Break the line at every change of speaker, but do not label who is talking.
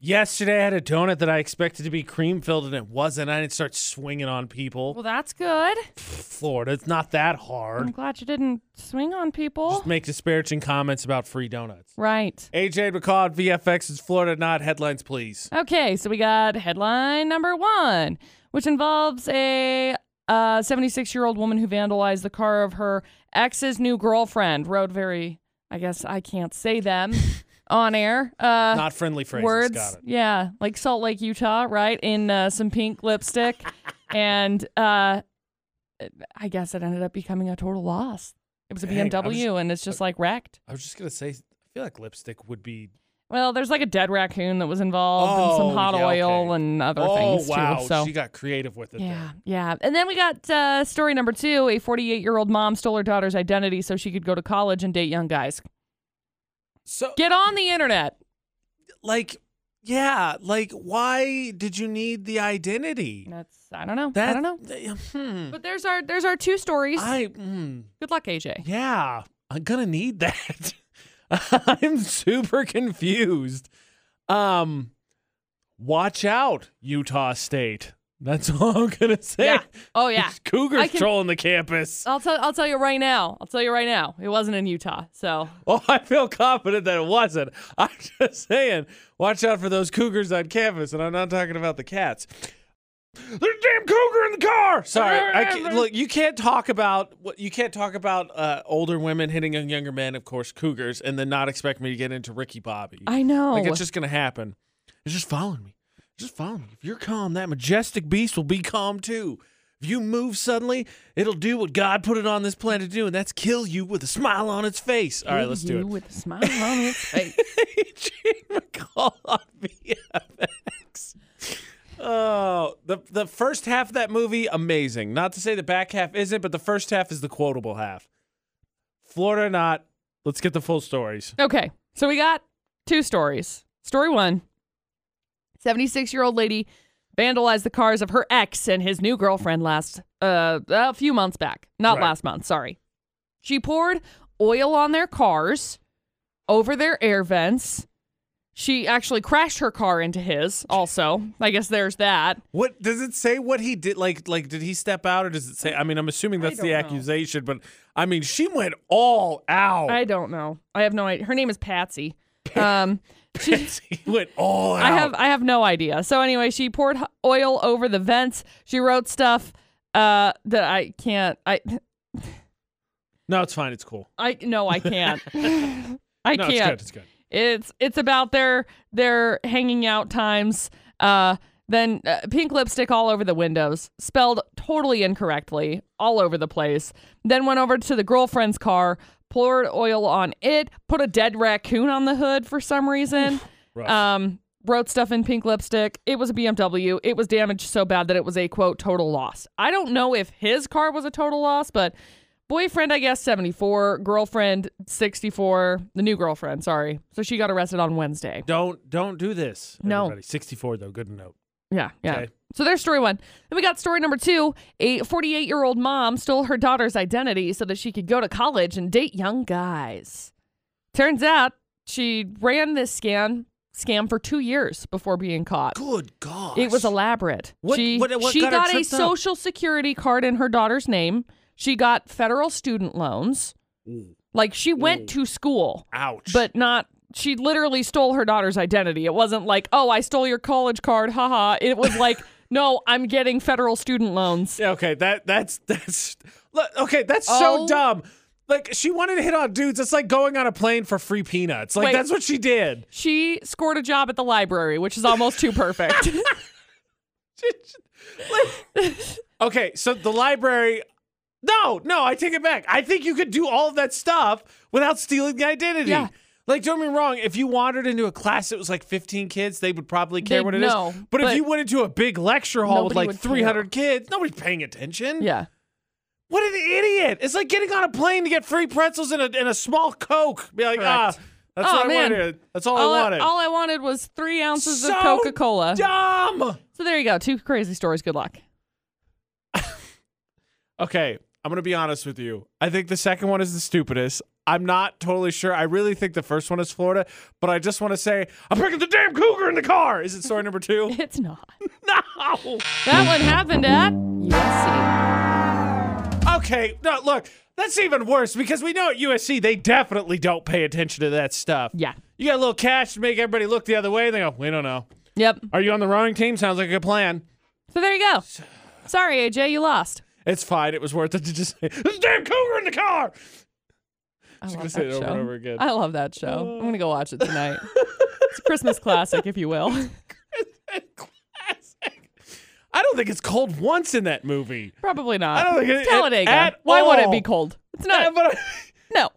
Yesterday, I had a donut that I expected to be cream filled, and it wasn't. I didn't start swinging on people.
Well, Mm. that's good.
Florida, it's not that hard.
I'm glad you didn't swing on people.
Just make disparaging comments about free donuts.
right.
AJ McCall at VFX is Florida, not headlines, please.
Okay, so we got headline number one, which involves a 76 year old woman who vandalized the car of her ex's new girlfriend. Wrote very, I guess I can't say them on air. Uh,
Not friendly phrases.
words.
Got it.
Yeah, like Salt Lake, Utah, right? In uh, some pink lipstick. and uh, I guess it ended up becoming a total loss. It was a
Dang, I was- uh,
BMW and it's just like wrecked.
I was just gonna say, I feel like lipstick would be.
Well, there's like a dead raccoon that was involved and some
Oh,
hot
yeah,
oil
okay.
and other
oh
things
wow,
too. So
she got creative with it. there.
yeah, yeah. And then we got uh, story number two: a 48 year old mom stole her daughter's identity so she could go to college and date young guys.
So
Get on the internet.
like, yeah, like, why did you need the identity?
That's I don't know.
That,
I don't know.
th- hmm.
But there's our there's our two stories.
I. Hmm.
Good luck, AJ.
Yeah, I'm gonna need that. I'm super confused. Um, watch out, Utah State. That's all I'm gonna say.
Yeah. Oh yeah.
There's Cougars
I can-
trolling the campus.
I'll tell I'll tell you right now. I'll tell you right now. It wasn't in Utah. So
Oh, I feel confident that it wasn't. I'm just saying, watch out for those Cougars on campus, and I'm not talking about the cats. There's a damn cougar in the car. Sorry, I can't, look. You can't talk about what you can't talk about uh, older women hitting on younger men, of course, cougars, and then not expect me to get into Ricky Bobby.
I know.
Like it's just gonna happen. It's just following me. Just following me. If you're calm, that majestic beast will be calm too. If you move suddenly, it'll do what God put it on this planet to do, and that's kill you with a smile on its face. All right, let's do it.
With a smile on his face.
Gene McCall on VFX. Oh, the the first half of that movie amazing. Not to say the back half isn't, but the first half is the quotable half. Florida or not, let's get the full stories.
Okay. So we got two stories. Story one 76 year old lady vandalized the cars of her ex and his new girlfriend last, uh, a few months back. Not
Right.
last month, sorry. She poured oil on their cars over their air vents. She actually crashed her car into his, also. I guess there's that.
What does it say? What he did? Like, like, did he step out, or does it say? I mean, I'm assuming that's
don't
the
know.
accusation, but I mean, she went all out.
I don't know. I have no idea. Her name is Patsy. Um, she,
she went all out.
I have I have no idea. So anyway, she poured h- oil over the vents. She wrote stuff uh, that I can't. I
No, it's fine. It's cool.
I no, I can't. I
no,
can't.
it's good. It's
It's it's about their their hanging out times. Uh, then uh, pink lipstick all over the windows, spelled totally incorrectly, all over the place. Then went over to the girlfriend's car, poured oil on it, put a dead raccoon on the hood for some reason.
good. Rough.
Um, wrote stuff in pink lipstick. It was a BMW. It was damaged so bad that it was a quote total loss. I don't know if his car was a total loss, but boyfriend, I guess 74, girlfriend 64, the new girlfriend, sorry. So she got arrested on Wednesday.
don't don't do this.
No.
everybody. 64 though. Good note.
Yeah, yeah.
Okay.
So there's story one. Then we got story number two. A 48 year old mom stole her daughter's identity so that she could go to college and date young guys. Turns out she ran this scam scam for two years before being caught.
Good God.
It was elaborate.
What-
she
what- what
she
got her
got, a
tripped up?
social security card in her daughter's name. She got federal student loans. Like she went to school,
Mm. ouch.
but not. She literally stole her daughter's identity. It wasn't like, oh, I stole your college card, haha. It was like, no, I'm getting federal student loans.
Yeah, okay, that that's that's look, okay, that's so
Oh.
dumb. Like she wanted to hit on dudes. It's like going on a plane for free peanuts. Like
Wait.
that's what she did.
She scored a job at the library, which is almost too perfect.
Okay, so the library. No, no, I take it back. I think you could do all of that stuff without stealing the identity.
Yeah.
Like, don't get me wrong. If you wandered into a class that was like 15 kids, they would probably care
They'd
what it is.
know,
But, if
but
you went into a big lecture hall with
nobody
like
would care.
300 kids, nobody's paying attention.
yeah.
What an idiot! It's like getting on a plane to get free pretzels and a, and a small Coke. Be like, ah,
Correct.
that's
Oh,
what
man.
I wanted. That's all,
All
I
I,
wanted.
all I wanted was three ounces
So
of Coca Cola.
Dumb.
So there you go. Two crazy stories. Good luck.
Okay, I'm gonna be honest with you. I think the second one is the stupidest. I'm not totally sure. I really think the first one is Florida, but I just want to say I'm picking the damn cougar in the car. Is it story number two?
It's not.
no.
That one happened at USC.
Okay. No, look, that's even worse because we know at USC they definitely don't pay attention to that stuff.
Yeah.
You got a little cash to make everybody look the other way. They go, we don't know.
Yep.
Are you on the rowing team? Sounds like a good plan.
So there you go. Sorry, AJ, you lost.
It's fine. It was worth it to just say, "This damn cougar in the car."
I
Just
love
gonna
that
say it
show.
over and over again.
I love that show. I'm gonna go watch it tonight. it's a Christmas classic, if you will.
Classic. I don't think it's cold once in that movie.
Probably not.
I don't think it-
it's Talladega.
at
Why would it
all.
be cold? It's not.
Yeah, but Uh, I-
no.